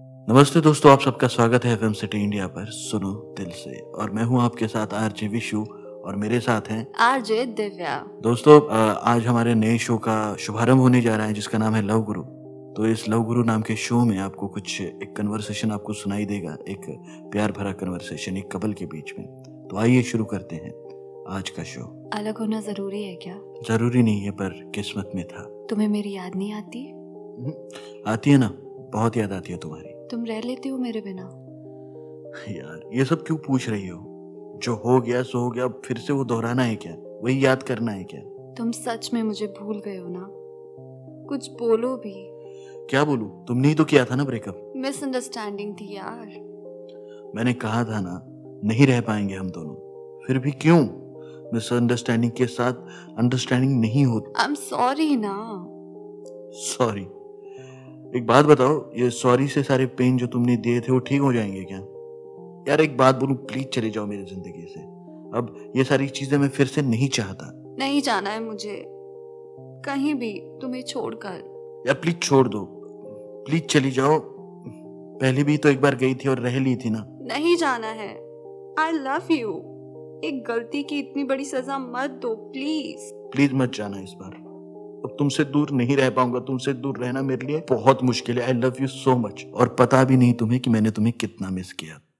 नमस्ते दोस्तों आप सबका स्वागत है एफएम सिटी इंडिया पर सुनो दिल से और मैं हूं आपके साथ आरजे विशु और मेरे साथ हैं आरजे दिव्या दोस्तों अ, आज हमारे नए शो का शुभारंभ होने जा रहा है जिसका नाम है लव गुरु तो इस लव गुरु नाम के शो में आपको कुछ एक कन्वर्सेशन आपको सुनाई देगा एक प्यार भरा कन्वर्सेशन एक कपल के बीच में तो आइए शुरू करते हैं आज का शो अलग होना जरूरी है क्या जरूरी नहीं है पर किस्मत में था तुम्हें मेरी याद नहीं आती आती है ना बहुत याद आती है तुम्हारी तुम रह लेती हो मेरे बिना यार ये सब क्यों पूछ रही हो जो हो गया सो हो गया अब फिर से वो दोहराना है क्या वही याद करना है क्या तुम सच में मुझे भूल गए हो ना कुछ बोलो भी क्या बोलूं तुमने ही तो किया था ना ब्रेकअप मिसअंडरस्टैंडिंग थी यार मैंने कहा था ना नहीं रह पाएंगे हम दोनों फिर भी क्यों मिसअंडरस्टैंडिंग के साथ अंडरस्टैंडिंग नहीं होती आई एम सॉरी ना सॉरी एक बात बताओ ये सॉरी से सारे पेन जो तुमने दिए थे वो ठीक हो जाएंगे क्या यार एक बात बोलूं प्लीज चले जाओ मेरी जिंदगी से अब ये सारी चीजें मैं फिर से नहीं चाहता नहीं जाना है मुझे कहीं भी तुम्हें छोड़कर या प्लीज छोड़ दो प्लीज चली जाओ पहले भी तो एक बार गई थी और रह ली थी ना नहीं जाना है आई लव यू एक गलती की इतनी बड़ी सजा मत दो प्लीज प्लीज मत जाना इस बार अब तुमसे दूर नहीं रह पाऊंगा तुमसे दूर रहना मेरे लिए बहुत मुश्किल है I love you so much और पता भी नहीं तुम्हें कि मैंने तुम्हें कितना मिस किया